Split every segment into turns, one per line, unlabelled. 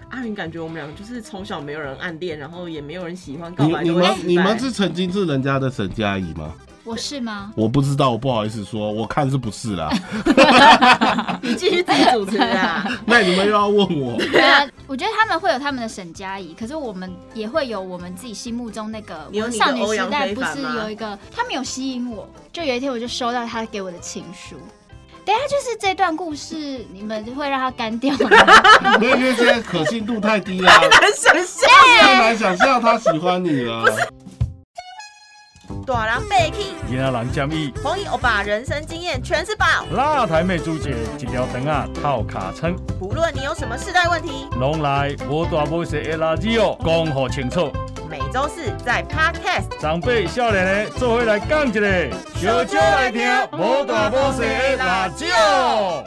让啊你感觉我们两个就是从小没有人暗恋，然后也没有人喜欢告白
你
都
你
会
们
失败
你们是曾经是人家的沈佳宜吗？
我是 吗？
我不知道，我不好意思说，我看是不是啦？
你继续自己主持啊。
那你们又要问 我，
对啊，我觉得他们会有他们的沈佳宜，可是我们也会有我们自己心目中那个。
你有
我
你的
少女
欧
时
阳
代
非
不
凡
是
吗
有一个，他们有吸引我，就有一天我就收到他给我的情书。等一下就是这段故事，你们会让它干掉吗？
没有，因为现在可信度太低啦，
很想笑，
太难想象他喜欢你了。
大人被骗，
伊拉人建议，
红衣欧巴人生经验全是宝。
那台妹主姐一条肠啊套卡称，
不论你有什么世代问题，
拢来无大无小的垃圾哦，讲好清楚。
每周四在 Podcast
长辈少年的做伙来讲一个，
小酒来听无大无小的辣
哦
椒。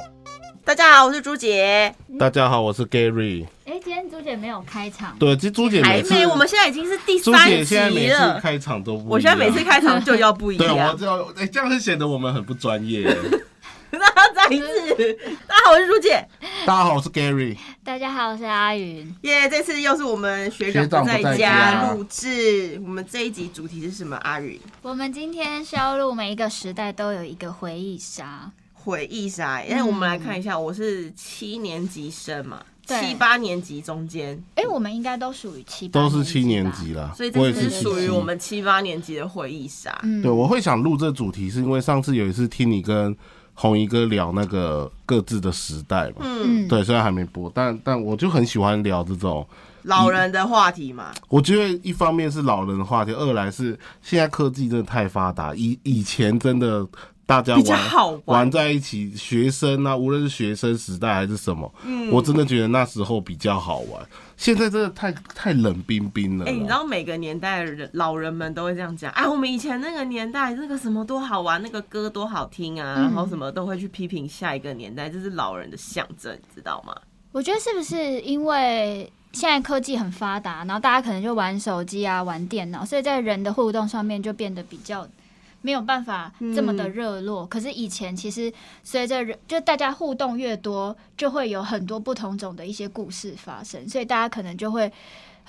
大家好，我是朱姐。
大家好，我是 Gary。
哎、今天朱姐没有开场，
对，这朱姐每
还
次
没，，我们现在已经是第
朱
三
姐现在
集
每次
了。
开场都不一样，
我现在每次开场就要不一
对我
样。
这样，哎、这样会显得我们很不专业。
那要再一次，
大家好，我是朱姐。
大家好，我是 Gary。
大家好，我是阿云。
耶、这次又是我们学
学
长
长不在
在
家
录制。我们这一集主题是什么？阿宇
我们今天是要录每一个时代都有一个回忆杀，
回忆杀。哎、我们来看一下，我是七年级生嘛，
对
七八年级中间，
哎、我们应该都属于七八
都是
级
七年
吧
级啦，
所以
我
这
也
次
是
是
七
属于
七
我们七八年级的回忆杀。
嗯
对，我会想录这主题，是因为上次有一次听你跟红姨哥聊那个各自的时代嘛。
嗯，
嗯，
对，虽然还没播，但但我就很喜欢聊这种。
老人的话题嘛，
我觉得一方面是老人的话题，二来是现在科技真的太发达，以以前真的大家
比较
玩
好玩
玩在一起，学生啊，无论是学生时代还是什么，
嗯
我真的觉得那时候比较好玩。现在真的太太冷冰冰了啦。
哎、你知道每个年代的人老人们都会这样讲，哎，我们以前那个年代那个什么多好玩，那个歌多好听啊，然后什么都会去批评下一个年代，这是老人的象征，你知道吗？
我觉得是不是因为现在科技很发达，然后大家可能就玩手机啊、玩电脑，所以在人的互动上面就变得比较没有办法这么的热络。可是以前其实随着人，就大家互动越多，就会有很多不同种的一些故事发生，所以大家可能就会。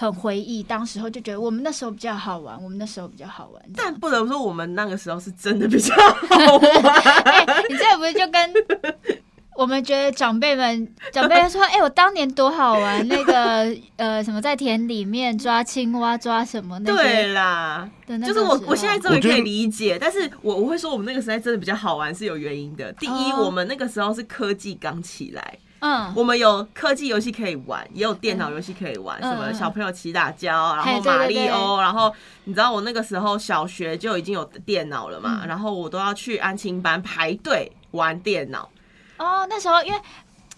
很回忆，当时候就觉得我们那时候比较好玩，我们那时候比较好玩。
但不得不说，我们那个时候是真的比较好玩。
哎、 你这不是就跟我们觉得长辈们长辈说，哎、我当年多好玩，那 个呃什么在田里面抓青蛙抓什么那
对
些
啦，
的那嗯
就
种
是我
时，候
我现在终于可
我觉
以
得
理解，但是我我会说我们那个时代真的比较好玩是有原因的。第一，
哦
我们那个时候是科技刚起来，
嗯，
我们有科技游戏可以玩，也有电脑游戏可以玩，
嗯
什么
嗯
小朋友骑打胶，然
嘿
后
对
马
对
里
对
欧，然后你知道我那个时候小学就已经有电脑了
嗯
嘛，然后我都要去安亲班排队玩电脑，
哦那时候因为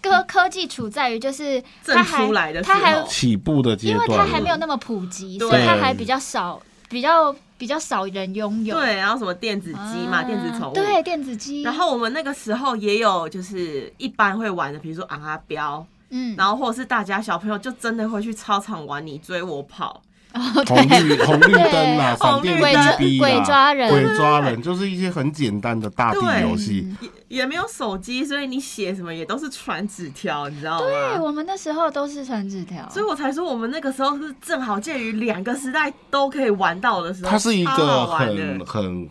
科科技处在于就是
正
它还
出来的时
它还
候。
起步的阶
因为
段，
它还没有那么普及，
对
所以它还比较少比较比较少人拥有
对，然后什么电子机嘛，
啊
电子宠物，
对电子机，
然后我们那个时候也有就是一般会玩的，比如说昂啊标，
嗯，
然后啊或者是大家小朋友就真的会去操场玩你追我跑，
红绿红绿灯啦，
对
闪电
红绿灯
BB 啦，
鬼抓人
啊鬼抓人就是一些很简单的大地游戏。
也也没有手机，所以你写什么也都是传纸条，你知道
对
吗？
我们那时候都是传纸条，
所以我才说我们那个时候是正好介于两个时代都可以玩到的时候，
它是一
超好
个
玩
很
的。
很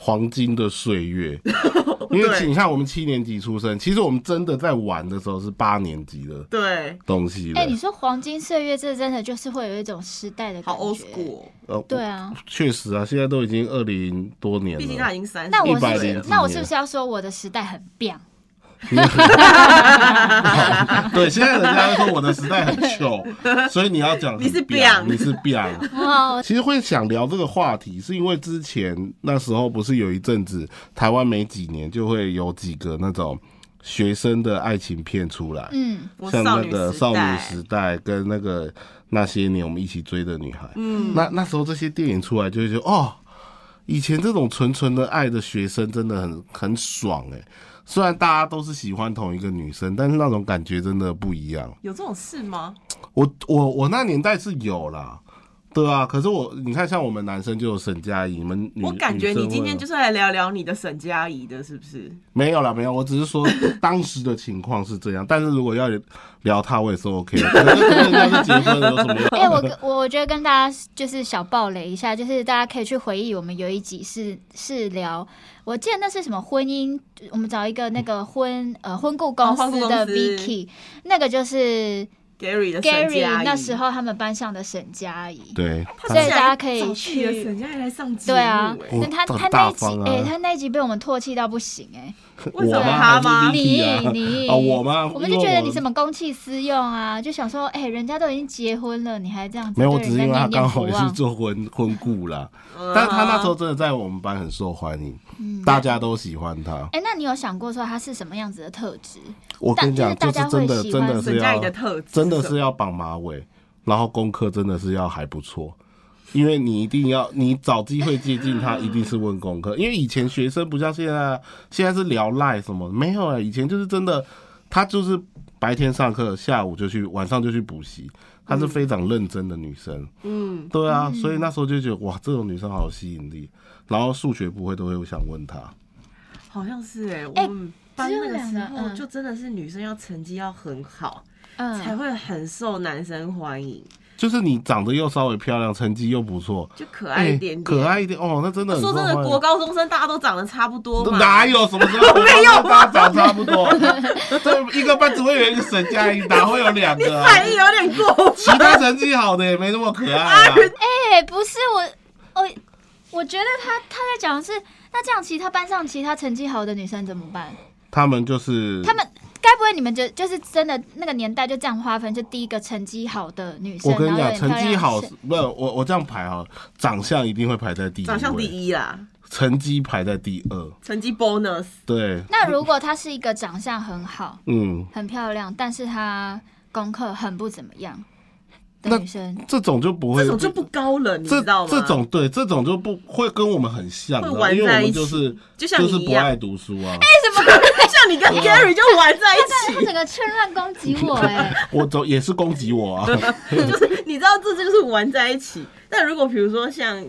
黄金的 岁月，因为你看我们七年级出生，其实我们真的在玩的时候是八年级的
对，
东西了
哎、。你说黄金岁月，这真的就是会有一种时代的感
好
觉。
old school，哦
呃，
对 啊，
确实啊，现在都已经二零多年
毕竟
了
他已。经三十，
那
100
我是不
年
是
之
那我
内
是不是要说我的时代很棒？
对，现在人家说我的时代很 糗，所以你要讲
你是
很彪
biang
你是 biang。
哇，
其实会想聊这个话题，是因为之前那时候不是有一阵子，台湾每几年就会有几个那种学生的爱情片出来，
嗯，
我
像那
女
个《
时
少女
代，
时代》跟那个那些年我们一起追的女孩。嗯，那那时候这些电影出来，就会觉得哦，以前这种纯纯的爱的学生真的很很爽哎、虽然大家都是喜欢同一个女生，但是那种感觉真的不一样。
有这种事吗？
我我我那年代是有啦，对啊，可是我你看，像我们男生就有沈佳宜，你们女
我感觉
女生
你今天
会有
就是来聊聊你的沈佳宜的，是不是？
没有啦，没有，我只是 说当时的情况是这样，但是如果要聊他，我也是 OK 的。可是跟人家是结婚有什么用？
哎、 我跟我我觉得跟大家就是小爆雷一下，就是大家可以去回忆我们有一集是是聊，我记得那是什么婚姻，我们找一个那个婚呃婚顾公
哦婚顾
司
公
的
司
Vicky，那个就是
Gary 的沈
Gary
佳宜
那时候他们班上的沈佳宜，
对，
他
所以
竟然
大家可以
找自己的
去
沈佳宜来上节目、
对啊
哎，
我
但他
很
他那
大
一集
方啊
哎、他那一集被我们唾弃到不行哎、
为什么
我吗
他吗
还是
你
Vicky 啊
你
啊我吗？
我们
因
就
为
觉得你怎么公器私用啊，就想说哎、人家都已经结婚了，你还这样子
没有，我
对
只是
人
因
家
为他刚
念啊念
好
不
也是
忘，
做婚婚顾啦，
嗯
但是他那时候真的在我们班很受欢迎，大家都喜欢他。
哎、那你有想过说他是什么样子的特质？
我跟你讲，
但
就
就是
是
大
真
家
的
会喜
真
欢
的是
沈佳
要
宜的特质，
真的是要绑马尾，然后功课真的是要还不错，因为你一定要你找机会接近他，一定是问功课，因为以前学生不像现在，现在是聊赖什么没有啊，以前就是真的，他就是白天上课，下午就去，晚上就去补习，她是非常认真的女生，
嗯，
对啊，所以那时候就觉得哇，这种女生好有吸引力，然后数学不会都会想问她，
好像是哎、
哎
我们班那个时
只有两个
候
嗯
就真的是女生要成绩要很好、才
嗯，
会很受男生欢迎，
就是你长得又稍微漂亮，成绩又不错，
就可爱一点点，
哎可爱一点哦，那真的很
说真的，
受欢迎
国高中生大家都长得差不多嘛，
哪有什么时 候没有？大家长差不多，这一个班只会有一个沈佳宜，哪会有两个、啊？
反应有点过
其他成绩好的也没那么可 爱、啊。
哎、不是我，我我觉得他他在讲的是，那这样其他班上其他成绩好的女生怎么办？
他们就是
他，们该不会你们就就是真的那个年代就这样划分，就第一个成绩好的女生，
我跟你讲，
然后有
成
点漂亮
绩好
的女生
不是我我这样排哈，长相一定会排在第一，
长相第，一啦，
成绩排在第二。
成绩 bonus
对，
那如果她是一个长相很好、
嗯，
很漂亮，但是她功课很不怎么样的
那
女生，
这种就不会，
这种就不高了，你
哎这
知道吗？
这种对这种就不会跟我们很像，
会
你知道
玩
因为我
在一
们
起
就是
就像
就是
你一
不
样
爱，读书啊。
像你跟 Gary 就玩在一
她整个趁乱攻击我、 哎，
我走也是攻击 我啊。
起，就是 你知道这就是玩在一起。但如果比如说像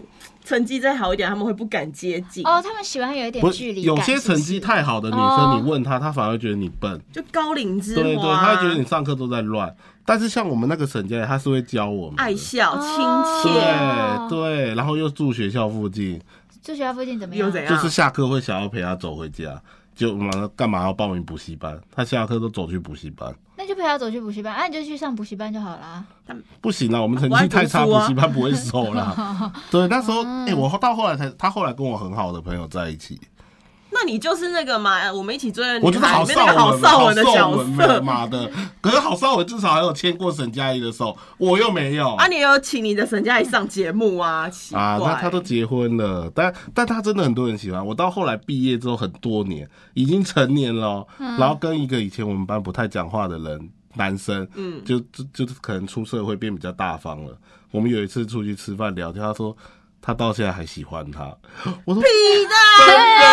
成绩再好一点，他们会不敢接近，
哦，他们喜欢有一点
不
距
是
离感，
有些成绩
是不是
太好的女
哦
生，你问她，她反而觉得你笨。
就高岭之
对对，
花，啊
她会觉得你上课都在乱。但是像我们那个沈佳宜，她是会教我们的
爱笑亲
哦
切，
对对，然后又住学校附近，
住学校附近怎么
又
样？
怎样？
就是下课会想要陪她走回家，就嘛干嘛要报名补习班？她下课都走去补习班，
那就陪他走去补习班，啊，你就去上补习班就好啦。
不行啊，我们成绩太差，
不
补
爱读书啊
习班不会收 啦。对，那时候
哦
哎，我到后来才，她后来跟我很好的朋友在一起，
那你就是那个嘛，我们一起追的
我
女
就是
孩
郝
里面那
邵
个郝
文，
邵文的角
郝邵文
色。
妈的！可是郝邵文至少还有牵过沈佳宜的手，我又没有
啊，你有请你的沈佳宜上节目啊？奇怪，
啊，那他都结婚了，但但他真的很多人喜欢。我到后来毕业之后很多年，已经成年了哦、
嗯
然后跟一个以前我们班不太讲话的人，男生，嗯，就就就是可能出社会变比较大方了。我们有一次出去吃饭聊天，他说他到现在还喜欢他，我说屁的，真的，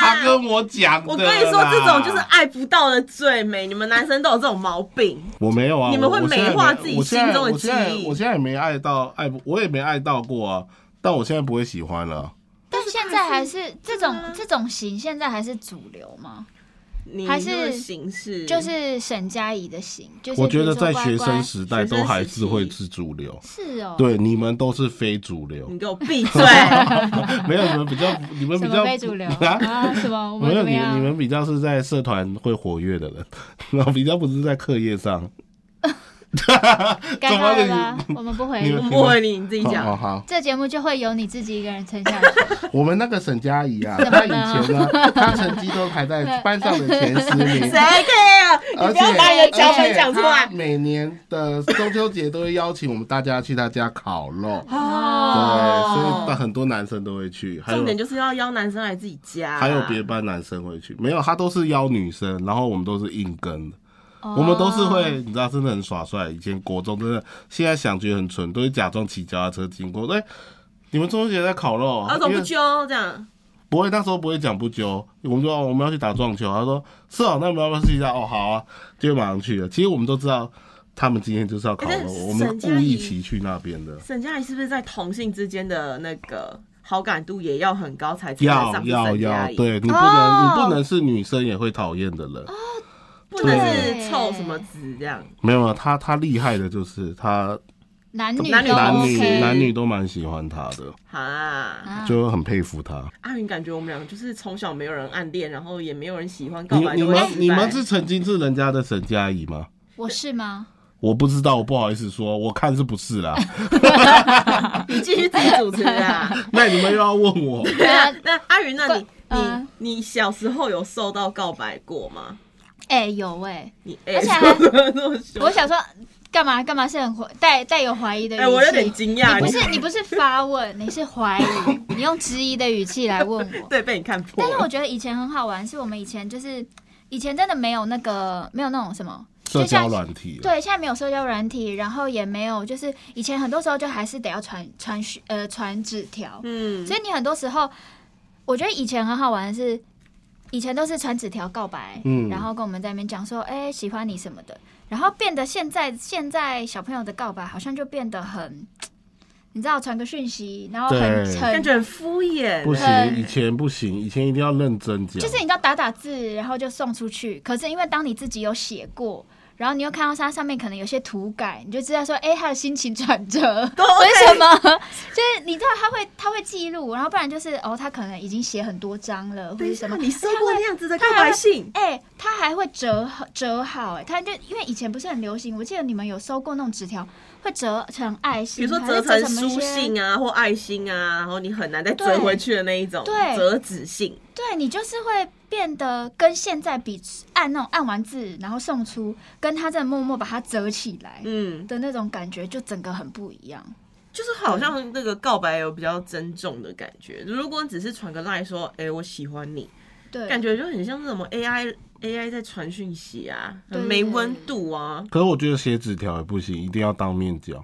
他跟我讲
啊
的啦，
我跟你说，这种就是爱不到的最美。你们男生都有这种毛病，
我没有啊，
你们
我
会
我现在
美化
没
自己
我
心
现在
中的
我现在
记忆
我现在也没爱到爱不，我也没爱到过啊，但我现在不会喜欢了。
但现在还是这种
对啊
这种型，现在还是主流吗？
嗯
你
还是
那个形式
就是沈佳宜的型，就是
我觉得
比如
在
说
学
乖
生
乖
时代都还是会是主流，
是哦，
对，你们都是非主流
你，给我闭 嘴！
没有你们比较，你们
什
比
么
较
非主流
啊。
啊？什么我
没
们
有你们，
怎么
你
样？
们比较是在社团会活跃的人， 然后比较不是在课业上。
尴
怎么
尬
了
了吧？我们不回
你
应
们。
我不问你，你自己
好好
讲。
好，
这节目就会由你自己一个人撑 下去。
我们那个沈佳宜啊，她以前呢，她成绩都排在班上的前十名
谁，care？
而
你不
且
要把你的脚
而且
本讲出
她
来。
每年的中秋节都会邀请我们大家去她家烤肉，对，
哦
所以很多男生都会去，还有
重点就是要邀男生来自己家。
还有别班男生会去，没有，他都是邀女生，然后我们都是硬跟的，
哦
我们都是会，你知道，真的很耍帅。以前国中真的，现在想觉得很蠢，都会假装骑脚踏车经过，哎、你们中秋节在烤肉，啊
儿童
因
哦啊不
为
揪这样，
不会，那时候不会讲不揪，我们说、哦我啊们要去打撞球，他说是哦，那我们要不要试一下？哦，好啊，就马上去了。其实我们都知道。他们今天就是要考
哎
我
但
们，
是
我们
沈
故
佳宜
意骑去那边的。
沈佳宜是不是在同性之间的那个好感度也要很高才称得
要
上是
要
沈
要
佳，宜？，
对你不能、
哦
你不能是女生也会讨厌的人，
不能
对
是臭什么子这样。
没有啊，他他厉害的就是他
男女
男女
都
男女
OK，
男女都蛮喜欢他的，
啊，
啊
就很佩服他。
阿云感觉我们两个就是从小没有人暗恋，然后也没有人喜欢，告
你
白
你
都会
们
失败
你们是曾经是人家的沈佳宜吗？
我是吗？
我不知道，我不好意思说，我看是不是啦？
你继续自己主持 啊。
那你们又要问我，
对啊，那阿云，那你
不嗯
你你小时候有受到告白过吗？
哎、有哎、
你哎
而且还
那么 凶
我想说干嘛干嘛是很怀带带有怀疑的语气、
哎，我有点惊讶，
不
你
是你不是发问，你是怀疑，你用质疑的语气来问我。
对被你看破
但是我
了。
觉得以前很好玩，是我们以前就是以前真的没有那个没有那种什么
社
就像
交软体啊，
对，现在没有社交软体，然后也没有就是以前很多时候就还是得要传传讯呃传纸条，
嗯，
所以你很多时候我觉得以前很好玩的是。以前都是传纸条告白，
嗯
然后跟我们在那边讲说，哎、喜欢你什么的，然后变得现在现在小朋友的告白好像就变得很，你知道传个讯息，然后
对
很
感
很
觉很敷衍，
不行
对，
以前不行，以前一定要认真讲。
呃就是你知道打打字，然后就送出去。可是因为当你自己有写过，然后你又看到它上面可能有些涂改，你就知道说，哎、他的心情 转折，为什么？ 就是你知道他会他会记录，然后不然就是哦，他可能已经写很多章了，或
等一
者
下
什么。
啊你收
他
过
会
那样子的告白信？
哎、他还会折好折好、哎，他就因为以前不是很流行，我记得你们有收过那种纸条，会折成爱
比
心，
如说
嗯还
折
是
成
什么一
书
些
信啊，或爱心啊，然后你很难再折回去的那一种，
对对
折纸信。
对你就是会变得跟现在比，按那种按完字然后送出，跟他在默默把它折起来
嗯，
的那种感觉，就整个很不一样。
就是好像那个告白有比较珍重的感觉。如果你只是传个赖说，哎、我喜欢你，
对，
感觉就很像是什么 AI AI 在传讯息啊，很
对
没温度啊。
可是我觉得写纸条也不行，一定要当面讲。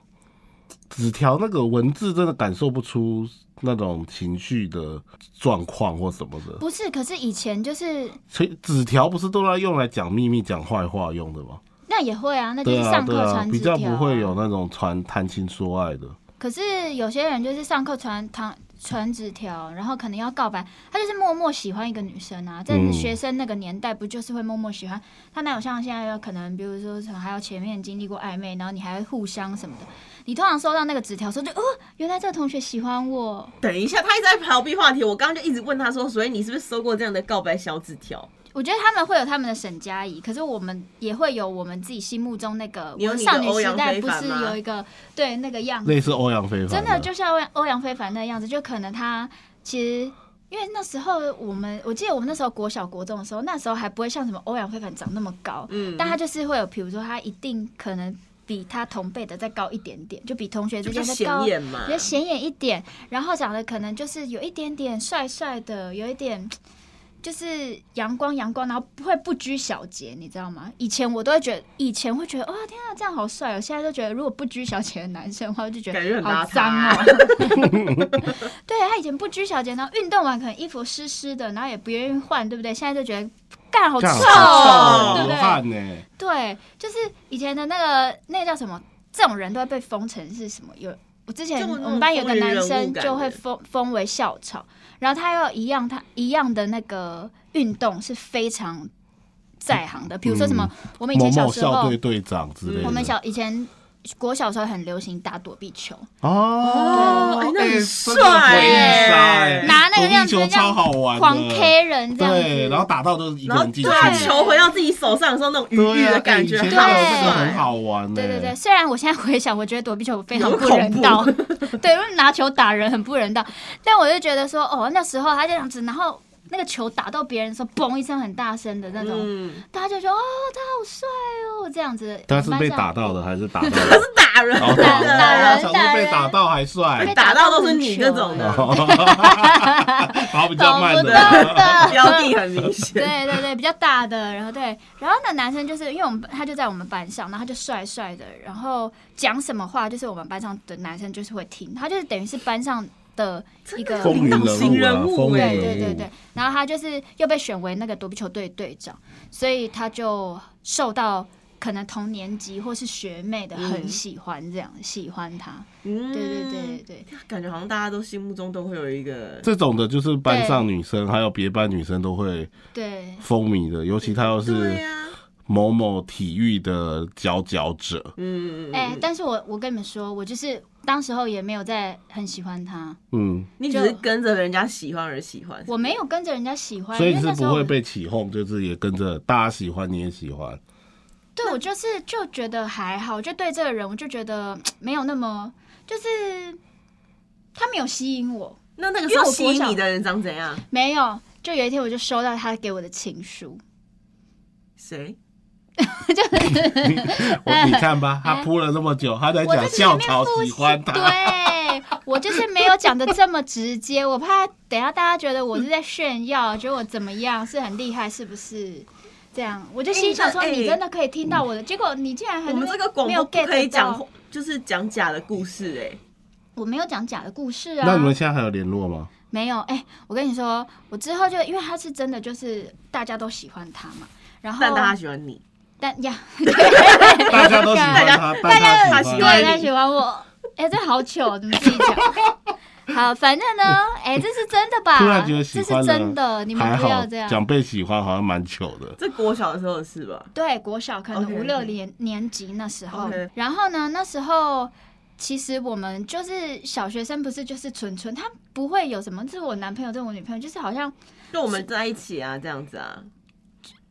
纸条那个文字真的感受不出那种情绪的状况或什么的，
不是，可是以前就是
所以纸条不是都要用来讲秘密、讲坏话用的吗？
那也会啊，那就
对
是
啊，
上
对
课
啊，
传
比
纸
较
条、
不会有。那种传谈情说爱的。
可是有些人就是上课传传传纸条，然后可能要告白，他就是默默喜欢一个女生啊，在
嗯
学生那个年代，不就是会默默喜欢？他哪有像现在要可能，比如说可能还要前面经历过暧昧，然后你还会互相什么的。你通常收到那个纸条的时候就，哦，原来这个同学喜欢我，
等一下，他一直在逃避话题，我刚刚就一直问他说，所以你是不是收过这样的告白小纸条？
我觉得他们会有他们的沈佳宜，可是我们也会有我们自己心目中那个
你有
我
你的
少女
欧
时
阳
代
非
不
凡
是
吗
有一个对那个样子，
类似欧阳非凡，
真的就像欧欧阳非凡那样子，就可能他其实。因为那时候我们，我记得我们那时候国小国中的时候，那时候还不会像什么欧阳非凡长那么高，
嗯，
但他就是会有，比如说他一定可能比他同辈的再高一点点，就比同学
就
之
比较
间再
显
高
眼嘛
比。较显眼一点，然后长得可能就是有一点点帅帅的，有一点就是阳光阳光，然后不会不拘小节，你知道吗？以前我都会觉得，以前会觉得哇、天啊，这样好帅哦！现在就觉得，如果不拘小节的男生的话，我就觉
感觉
得
很
好
邋遢啊
脏哦。对他以前不拘小节，然后运动完可能衣服湿湿的，然后也不愿意换，对不对？现在就觉得干好
这
臭
样
哦，
好臭
对不
流
对？
汗呢。
对，就是以前的那个那个叫什么，这种人都会被封成是什么？有我之前
就那种
我们班有个男
风云人物
生
感
就会
的
封封为校草，然后他又一样他一样的那个运动是非常在行的，比如说什么、我们以
某
前小
嗯某
时候嗯
校队，队长之类的。
我们小以前。国小时候很流行打躲避球，
哦，
哎那很
哎
帅
真的回忆杀哎
耶
拿那个样子
躲避球超好玩的，
狂 K 人这样
对，
子，
然后打到就是一 个
然后
人进去，
对啊，球回到自己手上的时候，那种愉
对
悦
啊
的感觉，
哎以前
好
那个
对
这个
帅
很。好玩呢、
对对对，虽然我现在回想，我觉得躲避球非常
嗯有
不
恐
人
怖
道， 对，因为拿球打人很不人道。但我就觉得说，哦，那时候他这样子，然后那个球打到别人的时候，嘣一声很大声的那种，
嗯，
大家就说，哦，他好帅哦，这样子。
他是被打到的，还是打到的？
是打人
哦
的，
打
到
打人
小时候被打到还帅
被，
打到都是你这种 的，
然后比较慢的，
懂不懂 的
标的很明显。
对对对，比较大的，然后对，然后那男生就是因为我们他就在我们班上，然后他就帅帅的，然后讲什么话就是我们班上的男生就是会听，他就是等于是班上的一个
风云人
领导型人
物啊，
物
风云
哎
人
对
物，
对对对，然后他就是又被选为那个躲避球队队长，所以他就受到可能同年级或是学妹的很喜欢这样，喜欢他。
嗯，
对对对对，
感觉好像大家都心目中都会有一个，
这种的就是班上女生还有别班女生都会
对
风靡的，尤其他又
对
啊
是
呀、
某某体育的佼佼者，
嗯，
哎、但是我我跟你们说，我就是当时候也没有在很喜欢他，
嗯，
你只是跟着人家喜欢而喜欢，
我没有跟着人家喜欢，
所以
因
你
为
是
哎那时
不
候
会
我
被起哄，就是也跟着大家喜欢你也喜 欢，
对我就是就觉得还好，就对这个人我就觉得没有那么就是他没有吸引我，
那那个时
因为
候
我
吸
国
引
小
你的人长怎样？
没有。就有一天我就收到他给我的情书，
谁？
我你看吧，他铺了那么久，他在
我
讲
在
校
前面
草
复
喜
习
欢，他，
对啊我就是没有讲的这么直接，我怕等一下大家觉得我是在炫耀，觉得我怎么样是很厉害，是不是？这样我就心想说，
哎
你真的可以听到我的，结果你竟然还
我们这个广
没
播
有
不
get
可以讲
到，，哦
就是讲假的故事、哎，
我没有讲假的故事啊。
那你们现在还有联络吗？
没有，哎、我跟你说，我之后就因为他是真的，就是大家都喜欢他嘛，然后
但大家喜欢你，
但呀，
大家都喜欢 他，但他
大
喜
家
欢你
对，
欢你
他喜欢我，哎、这好糗，你们自己讲。 好，反正呢，哎、这是真的吧？
突然觉得喜
这
欢
是
了，
真的，你
还
们不
好
要这样。
讲被喜欢好像蛮糗的，
这国小的时候的事吧？
对，国小可能
OK，OK
五六年年级那时候
OK
然后呢，那时候其实我们就是小学生，不是就是纯纯，他不会有什么，这是我男朋友，这是我女朋友，就是好像
就我们在一起啊，这样子啊，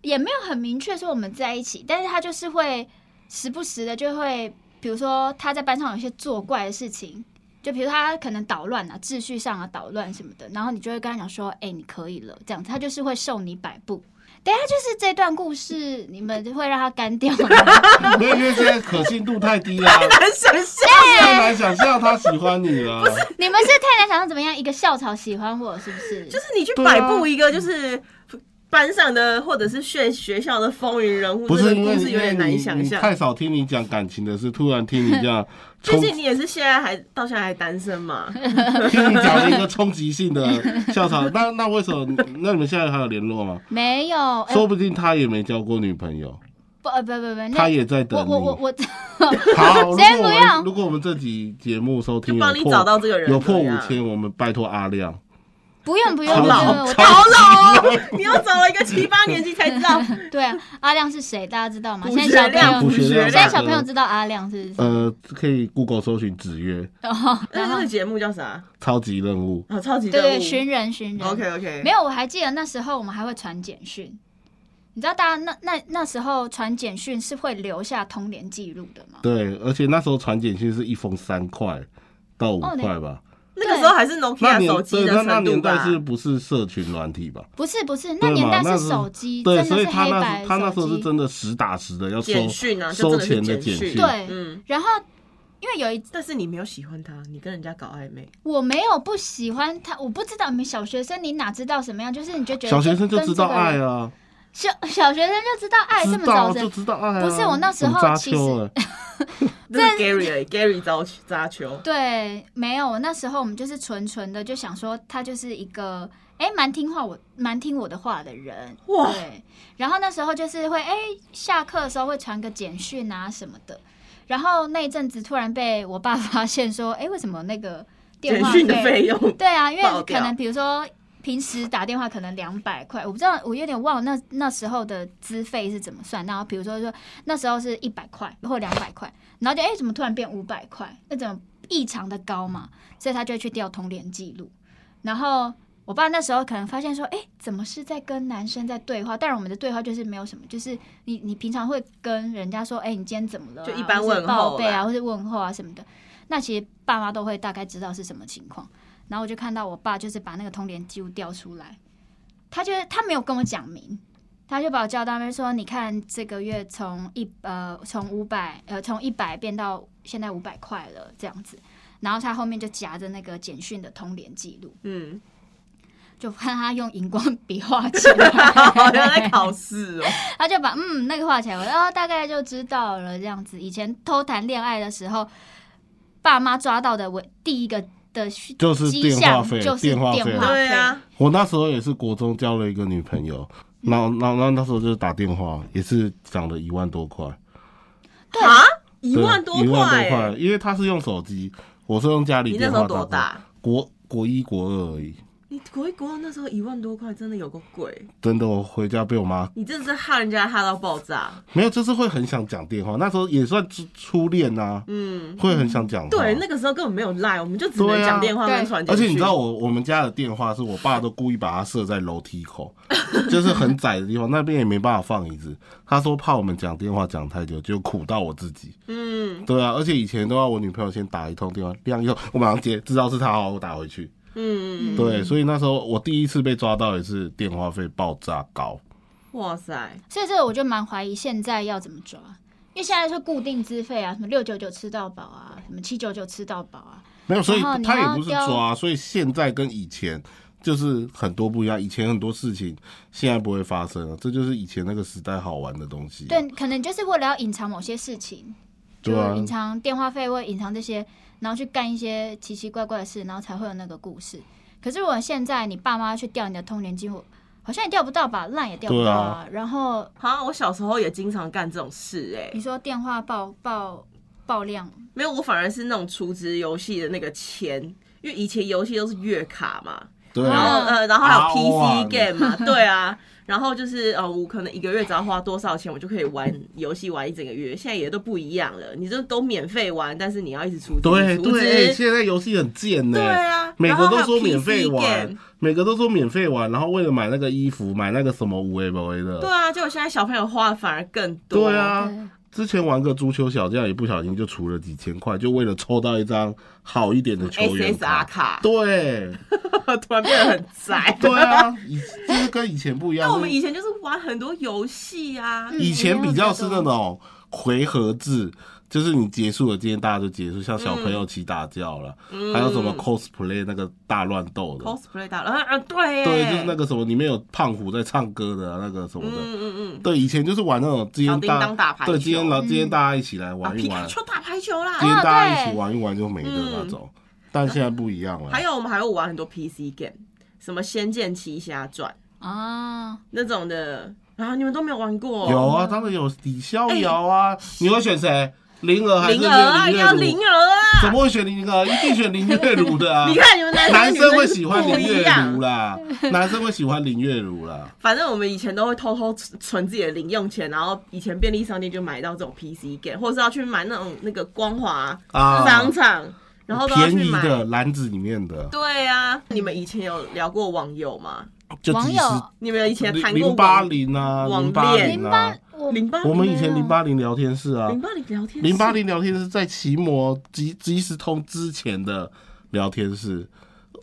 也没有很明确说我们在一起，但是他就是会时不时的就会，比如说他在班上有一些作怪的事情，就比如他可能捣乱啊，秩序上啊捣乱什么的，然后你就会跟他讲说，哎、你可以了，这样子，他就是会受你摆布。等一下就是这段故事，你们会让他干掉吗？
没有，因为现在可信度太低了，
很想象，
啊
太难想象他喜欢你了。
你们是太难想象怎么样一个校草喜欢我，是不是？
就是你去
对啊
摆布一个就是。
啊
班上的或者是学学校的风云人物，
不
这
是
个
因
故
为
事有点难以
你
想
你
象。
太少听你讲感情的事，突然听你这 样
毕
冲，
竟你也是现在还到现在还单身嘛，
听你讲了一个冲击性的校 草，那那为什么？那你们现在还有联络吗？
没有，哎
说不定他也没交过女朋友，
不呃不不不，那
他也在等
我
你。
我我我，
好，如果
先不
我们
要
如果我们这集节目收
就
听有
帮你
破
找到这个人
有破
怎
五
么样
千，我们拜托阿亮。
不用不用，
好
不用
老
我
好老哦！ 你又找了一个七八年级才知道，
对啊，阿亮是谁？大家知道吗？
补
现
学
在小朋
量，
友
补
补
学
学
量
量
现。在小朋友知道阿亮是 不是？
呃，可以 Google 搜寻子曰
那这
然后
个节目叫啥？
超级任务，
啊，超级
对
任
对，
务。
寻人寻人。
OK OK，
没有，我还记得那时候我们还会传简讯，你知道大家那那那时候传简讯是会留下通联记录的吗？
对，而且那时候传简讯是一封三块到五
哦
块吧，
那个时候还是
那
Nokia
年
手机
对那
的
那
程度
年代
吧？
是不是社群软体吧？
不是不是，
对
那年
嘛
代
那
是
是
手机，真
对，
的
所以
是
他
黑
那
白
时他那时候
手
是
机。
真的实打实的要收
简讯啊，就
收
真的是
钱的
简
讯，
讯。
对
嗯。
然后因为有一
但是你没有喜欢他，你跟人家搞暧昧，
我没有不喜欢他，我不知道你们小学生你哪知道什么样，就是你就觉得
小学生就知道爱
啊，
啊，
小小学生就知道爱
知
这么
道
早
啊就
生，
知道爱啊。
不是我那时候
很扎
其实
秋欸
那是 Gary 而已 Gary 招扎球，
对，没有，那时候我们就是纯纯的就想说他就是一个哎蛮听话我蛮听我的话的人，
哇
对，然后那时候就是会哎下课的时候会传个简讯啊什么的，然后那一阵子突然被我爸发现说哎为什么那个电
简
话
讯的费 用，
对啊，因
爆
为
掉
可能比如说平时打电话可能两百块，我不知道，我有点忘了那那时候的资费是怎么算。然后比如说说那时候是一百块或两百块，然后就哎、诶怎么突然变五百块？那怎么异常的高嘛？所以他就会去调通联记录。然后我爸那时候可能发现说，哎、怎么是在跟男生在对话？当然我们的对话就是没有什么，就是你你平常会跟人家说，哎、你今天怎么了啊、
就一般
或是
问候
报备
啦
啊，或是问候啊什么的。那其实爸妈都会大概知道是什么情况。然后我就看到我爸就是把那个通联记录调出来，他觉得他没有跟我讲明，他就把我叫到那边说：“你看这个月从一呃从五百呃从一百变到现在五百块了这样子。”然后他后面就夹着那个简讯的通联记录，
嗯，
就看他用荧光笔画起来，
好像在考试哦。
他就把嗯那个画起来，我哦大概就知道了这样子。以前偷谈恋爱的时候，爸妈抓到的我第一个的迹
就是
迹
电话
象
费
就是
电
电
话
话
费
费，
对啊，
我那时候也是国中交了一个女朋友，然后然后然后那时候就是打电话，也是涨了一万多块，
对
啊，一
对
万多
一万
块
多块，
欸，
因为他是用手机，我是用家里
你那
电
时候
话打过。
多大？
国国一国二而已，
你国一国二那时候一万多块真的有个贵，
真的，我回家被我妈
你真的是害人家害到爆炸。
没有，就是会很想讲电话。那时候也算初初恋呐、嗯，会很想讲话。
对，那个时候根本没有赖，我们就只能
对啊
讲电话跟
对
传简
而且你
讯
知道我我们家的电话是我爸都故意把它设在楼梯口， 就是很窄的地方，那边也没办法放椅子。他说怕我们讲电话讲太久，就苦到我自己。嗯，对啊，而且以前都要我女朋友先打一通电话，亮一通，我马上接，知道是他哦，我打回去。
嗯，
对，所以那时候我第一次被抓到也是电话费爆炸高。
哇塞，
所以这个我就蛮怀疑现在要怎么抓，因为现在是固定资费啊，什么六九九吃到饱啊，什么七九九吃到饱啊，
没有，所以
然后你
他也
要
不是
丢
抓，所以现在跟以前就是很多不一样。以前很多事情现在不会发生了，这就是以前那个时代好玩的东西。
对，可能就是为了要隐藏某些事情，就
对啊
隐藏电话费或隐藏这些，然后去干一些奇奇怪怪的事，然后才会有那个故事。可是如果现在你爸妈去调你的通联记录，好像也调不到吧，烂也调不到啊。然后
好，我小时候也经常干这种事哎、
你说电话爆爆爆量，
没有，我反而是那种储值游戏的那个钱，因为以前游戏都是月卡嘛，
对
然
啊，
后呃，然后还有
RO 啊
PC game 嘛， 对啊，然后就是呃，我可能一个月只要花多少钱，我就可以玩游戏玩一整个月。现在也都不一样了，你这都免费玩，但是你要一直储值，
对
储值
对，现在游戏很贱呢、
哎对啊
每
然
个
后
都
还有
说免
PC
费玩
game，
每个都说免费玩，然后为了买那个衣服，买那个什么五 A 五 A
对
的。
啊，结果现在小朋友花的反而更多，
对，啊
对，
之前玩个足球小将，也不小心就出了几千块，就为了抽到一张好一点的球员
，SSR 卡，
对，
突然变得很宅。
对啊，以就是跟以前不一 样。
那 我们
就是
以前就是玩很多游戏啊，
嗯
以前比较是那种回合制，就是你结束了，今天大家就结束，像小朋
嗯
友起打架了，还有什么 cosplay 那个大乱斗的，
cosplay 打了，啊啊，对耶，
对，就是那个什么里面有胖虎在唱歌的啊那个什么的，
嗯嗯
对，以前就是玩那种今
小
天
叮
大
当打排
对，今天
球
老今天大家一起来
嗯，啊，
玩
皮
一
卡
玩，
丘打排球啦
今，天
啊
大家一起
对
玩一玩就没的那种，但现在不一样了，
嗯还有我们还会玩很多 PC game，什么《仙剑奇侠传》
啊，
那种的，然后你们都没有玩过，哦
有啊，当然有李逍遥啊，你会选谁？灵儿还是
哎灵儿啊，
林月
要
如
灵儿啊，
怎么会选林儿？一定选林月如的 啊！
你看你们男
男
生跟
生
女
会
是
喜欢
不
林
一
月如
样。
啦，男生会喜欢林月如啦。
反正我们以前都会偷偷存自己的零用钱，然后以前便利商店就买到这种 PC game，或者是要去买那种那个光华
啊
商场，然后都要
便
去
宜
买。
的篮子里面的，
对啊，你们以前有聊过网友吗？
就
网
即使
友
你们以前谈过
零八零啊，
网
零八
恋
零
零八
啊，
我
零八
我们以前
没有
零八零聊天室啊，
零八零聊天室
零八零聊天室在奇摩即即时通之前的聊天室。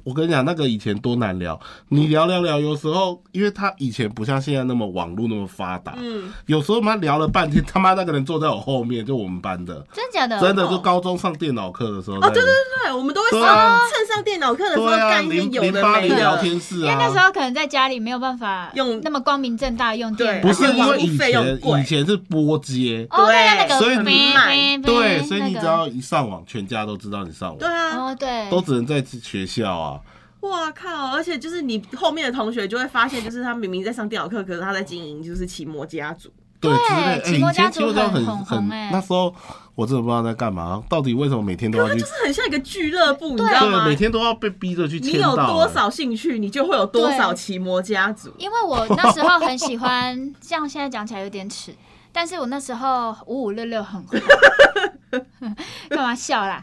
我跟你讲，那个以前多难聊，你聊聊聊，有时候因为他以前不像现在那么网络那么发达，
嗯，
有时候他妈聊了半天，他妈那个人坐在我后面，就我们班的，
真的假的？
真的就高中上电脑课的时候在
哦
聊，
对对对，我们都会
对啊
上趁上电脑课的时候
对啊，
干一些
零
有
零
的
八
没
零聊
的，
天室
因为那时
啊，
候可能在家里没有办法
用
那么光明正大用电
对
脑，
不是因为以
费用
前
贵
以前是拨接，
哦，对啊，那个
所以你
哔哔哔
对，所以
那
你
个
只要一上网，全家都知道你上
对
网，
啊，
哦对，
都只能在学校啊，
哇靠！而且就是你后面的同学就会发现，就是他明明在上电脑课，可是他在经营就是奇摩家族。
对，
对
之类。哎、
奇摩
以前
家
奇摩
族
家族
很
很
很红哎
那时候我真的不知道在干嘛，到底为什么每天都要去，
就是很像一个俱乐部，你知道吗
对，每？天都要被逼着去
你
签到、啊
有多？少兴趣，你就会有多少奇摩家族。
因为我那时候很喜欢，这样现在讲起来有点耻，但是我那时候五五六六很红， 干嘛笑啦？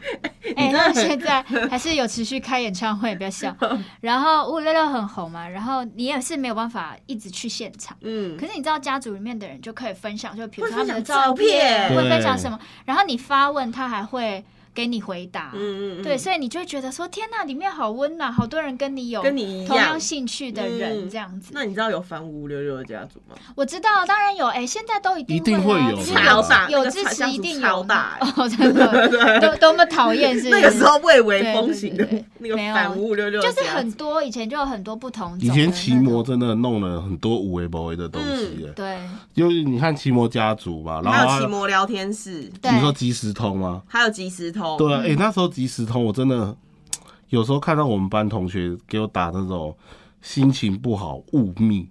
哎、那现在还是有持续开演唱会，不要笑。然后五五六六很红嘛，然后你也是没有办法一直去现场。
嗯
可，是你知道家族里面的人就可以分享，就比如说
会
他
分
们的
享照
照片，
片
会分享什么，然后你发问，他还会给你回答。
嗯嗯嗯
对，所以你就会觉得说，天呐，里面好温暖，好多人跟你有
跟你一
同
样
样兴趣的人，
嗯
这样子。
那你知道有反五五六六的家族吗？
我知道，当然有，哎、现在都一定
一定
会
会
啊
有
就是
的
超大，
有
那个
支持
家族
一定有
超大欸。
哦，真的，多多么讨厌是不
那
是
个时候蔚为风行的
对对
那
对
个
对
反五五六六，
就是很多，以前就有很多不同种的
以
那种。
前奇摩真的弄了很多无为不为的东西、哎
对
就是你看奇摩家族嘛，然
还有奇
后
摩聊天室，
它你说
对
即时通吗？
还有即时通，
对啊，哎、那时候即时通我真的有时候看到我们班同学给我打那种心情不好勿密，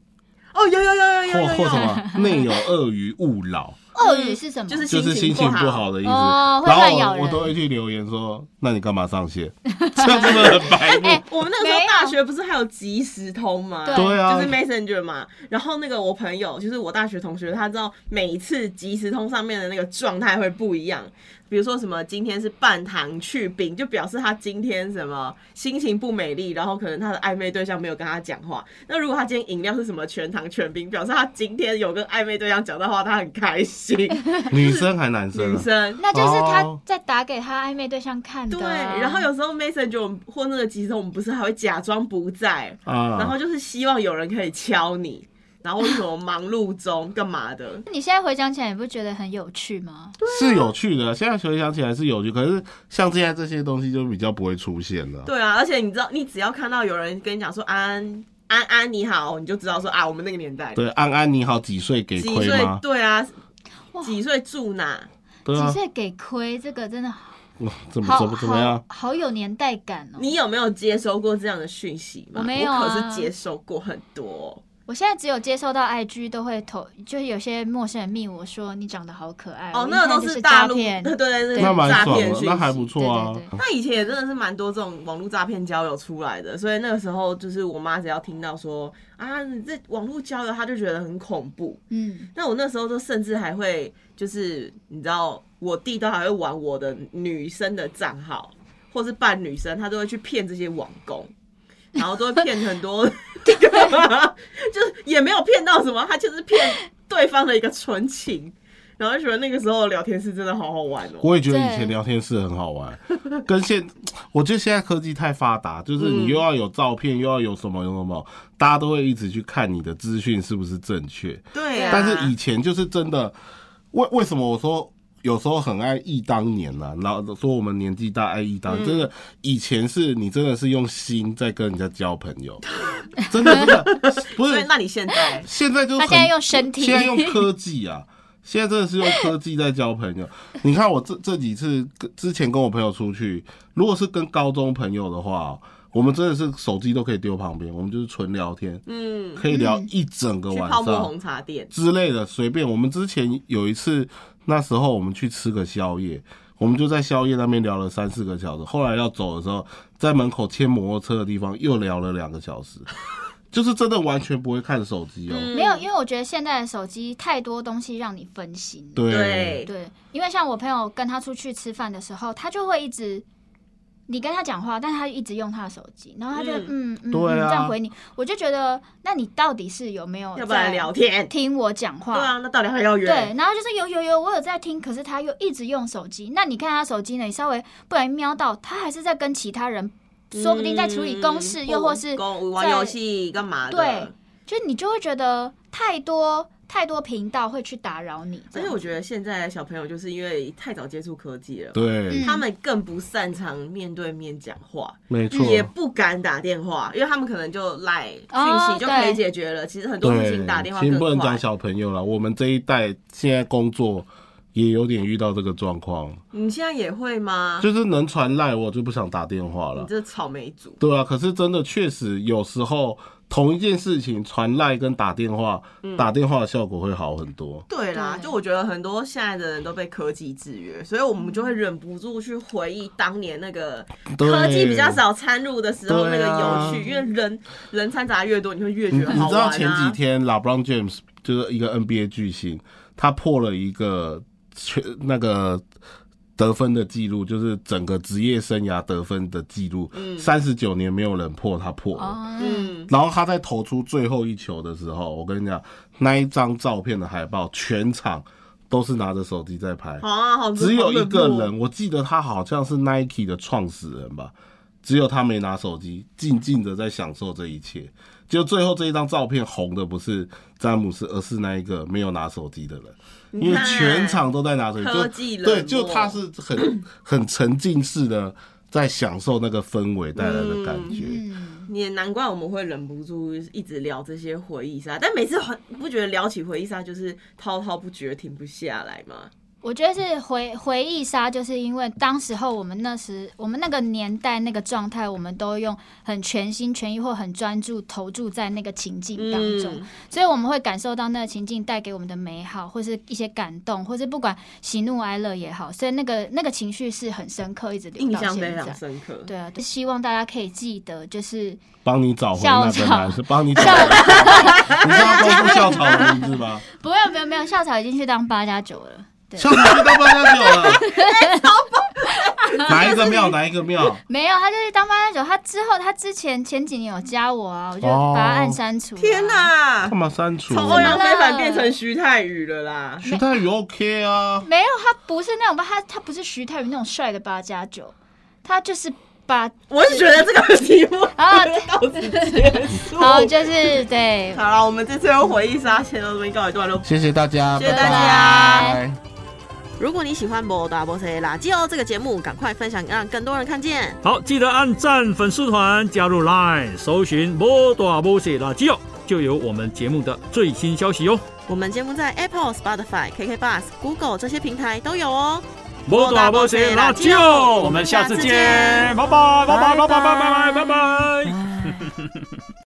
哦，有有有有有
或
有
或什
有，
么内有鳄鱼勿扰，
恶语是什么？
哦就是
就是心情
情
不
好。
好的意思。
哦会
然
乱
后
咬
我我
人
都会去留言说，那你干嘛上线？这样真的很白目。
我们那个时
没
候
有
大学不是还有即时通吗？
对
对
哎
啊
就是 Messenger 嘛。然后那个我朋友，就是我大学同学，他知道每一次即时通上面的那个状态会不一样。比如说什么今天是半糖去冰，就表示他今天什么心情不美丽，然后可能他的暧昧对象没有跟他讲话。那如果他今天饮料是什么全糖全冰，表示他今天有跟暧昧对象讲到话，他很开心。
女生还男生
女
啊？
生
那就是他
哦
在打给他暧昧对象看的
对，
啊、
然后有时候 Messenger 我们或那个即时通，我们不是还会假装不在，
啊
然后就是希望有人可以敲你，然后为什么忙碌中干嘛的？
啊
你现在回想起来，你不觉得很有趣吗？
是有趣的，现在回想起来是有趣，可是像现在这些东西就比较不会出现了。
对啊，而且你知道，你只要看到有人跟你讲说安安安你好，你就知道说啊，我们那个年代
对，安安你好，几岁给
几
亏
岁
吗？
对啊
哇，
几岁住哪？
对
几
啊，
岁给亏，这个真的好
哇怎么
好
怎么怎么样
好？好有年代感哦。
你有没有接收过这样的讯息吗？
我没有啊
我可是接收过很多。
我现在只有接收到 IG 都会投，就是有些陌生人密我说你长得好可爱
哦，
我一
那个
看
都
就是是
大
诈
陆，对
骗，
对对，
对
那蛮
诈
爽
骗
的，
讯
那还
息
不错啊
对对。
那以前也真的是蛮多这种网络诈骗交友出来的，所以那个时候就是我妈只要听到说啊，你这网络交友，她就觉得很恐怖。
嗯，
那我那时候就甚至还会就是你知道，我弟都还会玩我的女生的账号，或是扮女生，他都会去骗这些网工。然后都会骗很 多，就是也没有骗到什么，他就是骗对方的一个纯情，然后就觉得那个时候聊天是真的好好玩哦。
我也觉得以
对
前聊天室很好玩， 跟现我觉得现在科技太发达，就是你
嗯
又要有照片，又要有什么有什么，大家都会一直去看你的资讯是不是正确。
对啊，
但是以前就是真的，为为什么我说有时候很爱忆当年呢、老说我们年纪大爱忆当年，真的以前是你真的是用心在跟人家交朋友，真的真的不
所以
是
那你现在
现在就是
他
很
现在用身体，
现在用科技啊， 现在真的是用科技在交朋友。你看我这这几次跟之前跟我朋友出去，如果是跟高中朋友的话哦，我们真的是手机都可以丢旁边，我们就是纯聊天，
嗯，
可以聊一整个
去
晚
泡沫
上
红茶店，
之类的，随便。我们之前有一次，那时候我们去吃个宵夜。我们就在宵夜那边聊了三四个小时，后来要走的时候，在门口牵摩托车的地方又聊了两个小时，就是真的完全不会看手机哦。
嗯
没有，因为我觉得现在的手机太多东西让你分心了。
对，
对，因为像我朋友跟他出去吃饭的时候，他就会一直，你跟他讲话，但他一直用他的手机，然后他就嗯嗯
对
嗯
啊
这样回你，我就觉得，那你到底是有没有
要不然
在
聊天。
听我讲话？
对啊，那到底还要
对
约？
然后就是有有有，我有在听，可是他又一直用手机。那你看他手机呢？你稍微不然瞄到，他还是在跟其他人，说不定在处理公事，
嗯
又或是
公玩
在
游戏干嘛的？
对就你就会觉得太多太多频道会去打扰你。
而且我觉得现在的小朋友就是因为太早接触科技了，
对，
嗯
他们更不擅长面对面讲话，
没错，
也不敢打电话，因为他们可能就赖讯
哦
息就可以解决了。其实很多事情打电话
先
更
不能
快
讲。小朋友了，我们这一代现在工作也有点遇到这个状况，
你现在也会吗？
就是能传赖我就不想打电话
你
了，
这草莓族，
对啊，可是真的确实有时候同一件事情传赖跟打电话，
嗯
打电话的效果会好很多。
对啦，
对
就我觉得很多现在的人都被科技制约，所以我们就会忍不住去回忆当年那个
对
科技比较，少掺入的时候那
对
个
啊
有趣，因为人人掺杂越多，你会越
你
觉得
嗯你
好
知
玩
道
啊。
前几天 LeBron James 就是一个 NBA 巨星，他破了一个全那个得分的记录，就是整个职业生涯得分的记录，三十九年没有人破，他破了。
哦，
嗯，
然后他在投出最后一球的时候，我跟你讲，那一张照片的海报，全场都是拿着手机在拍，
好啊，好，
只有一个
好冷
人，我记得他好像是 Nike 的创始人吧，只有他没拿手机，静静的在享受这一切。就最后这一张照片红的不是詹姆斯，而是那一个没有拿手机的人，
漠，
因为
你看
全场都在拿手机，
科技
就
冷漠
对，就他是 很很沉浸式的在享受那个氛围带来的感觉。
嗯，
也难怪我们会忍不住一直聊这些回忆杀，但每次很你不觉得聊起回忆杀就是滔滔不绝，停不下来吗？
我觉得是回回忆杀，就是因为当时候我们那时我们那个年代那个状态，我们都用很全心全意或很专注投注在那个情境当中，
嗯
所以我们会感受到那个情境带给我们的美好，或是一些感动，或是不管喜怒哀乐也好，所以那个那个情绪是很深刻，一直留
印
到
象非
现
常
在。
深刻。
对啊，对希望大家可以记得，就是
帮你找回那
校
个
草
男生，帮你找 回，你知道他是校草的名字吗？
不要不要不要，校草已经去当八加九了。对
校草去当八加九了，哪一个庙？哪一个庙？
没有，他就是当八加九。他之后，他之前前几年有加我啊，我就
哦
把他按删除、啊
天
哪！
哪
干，嘛删除？
从欧阳非凡变
嗯
成徐太宇了啦！
徐太宇 OK 啊，
没有，他不是那种吧，他他不是徐泰宇那种帅的八加九，他就是把
我是觉得这个题目
啊
到此结束。
好就是对，
好了，我们这次用回忆杀先到这边告一段落。
谢谢大家，
谢谢大
家
拜拜
如果你喜欢《波达波塞垃圾哦》这个节目，赶快分享，让更多人看见。
好，记得按赞粉丝团，加入 Line，搜寻“摩大摩西垃圾哦”，就有我们节目的最新消息哦哟。
我们节目在 Apple、Spotify、KK Bus、Google 这些平台都有哦。
摩大摩西垃圾哦，我们下次见，拜拜拜拜拜拜拜拜拜拜。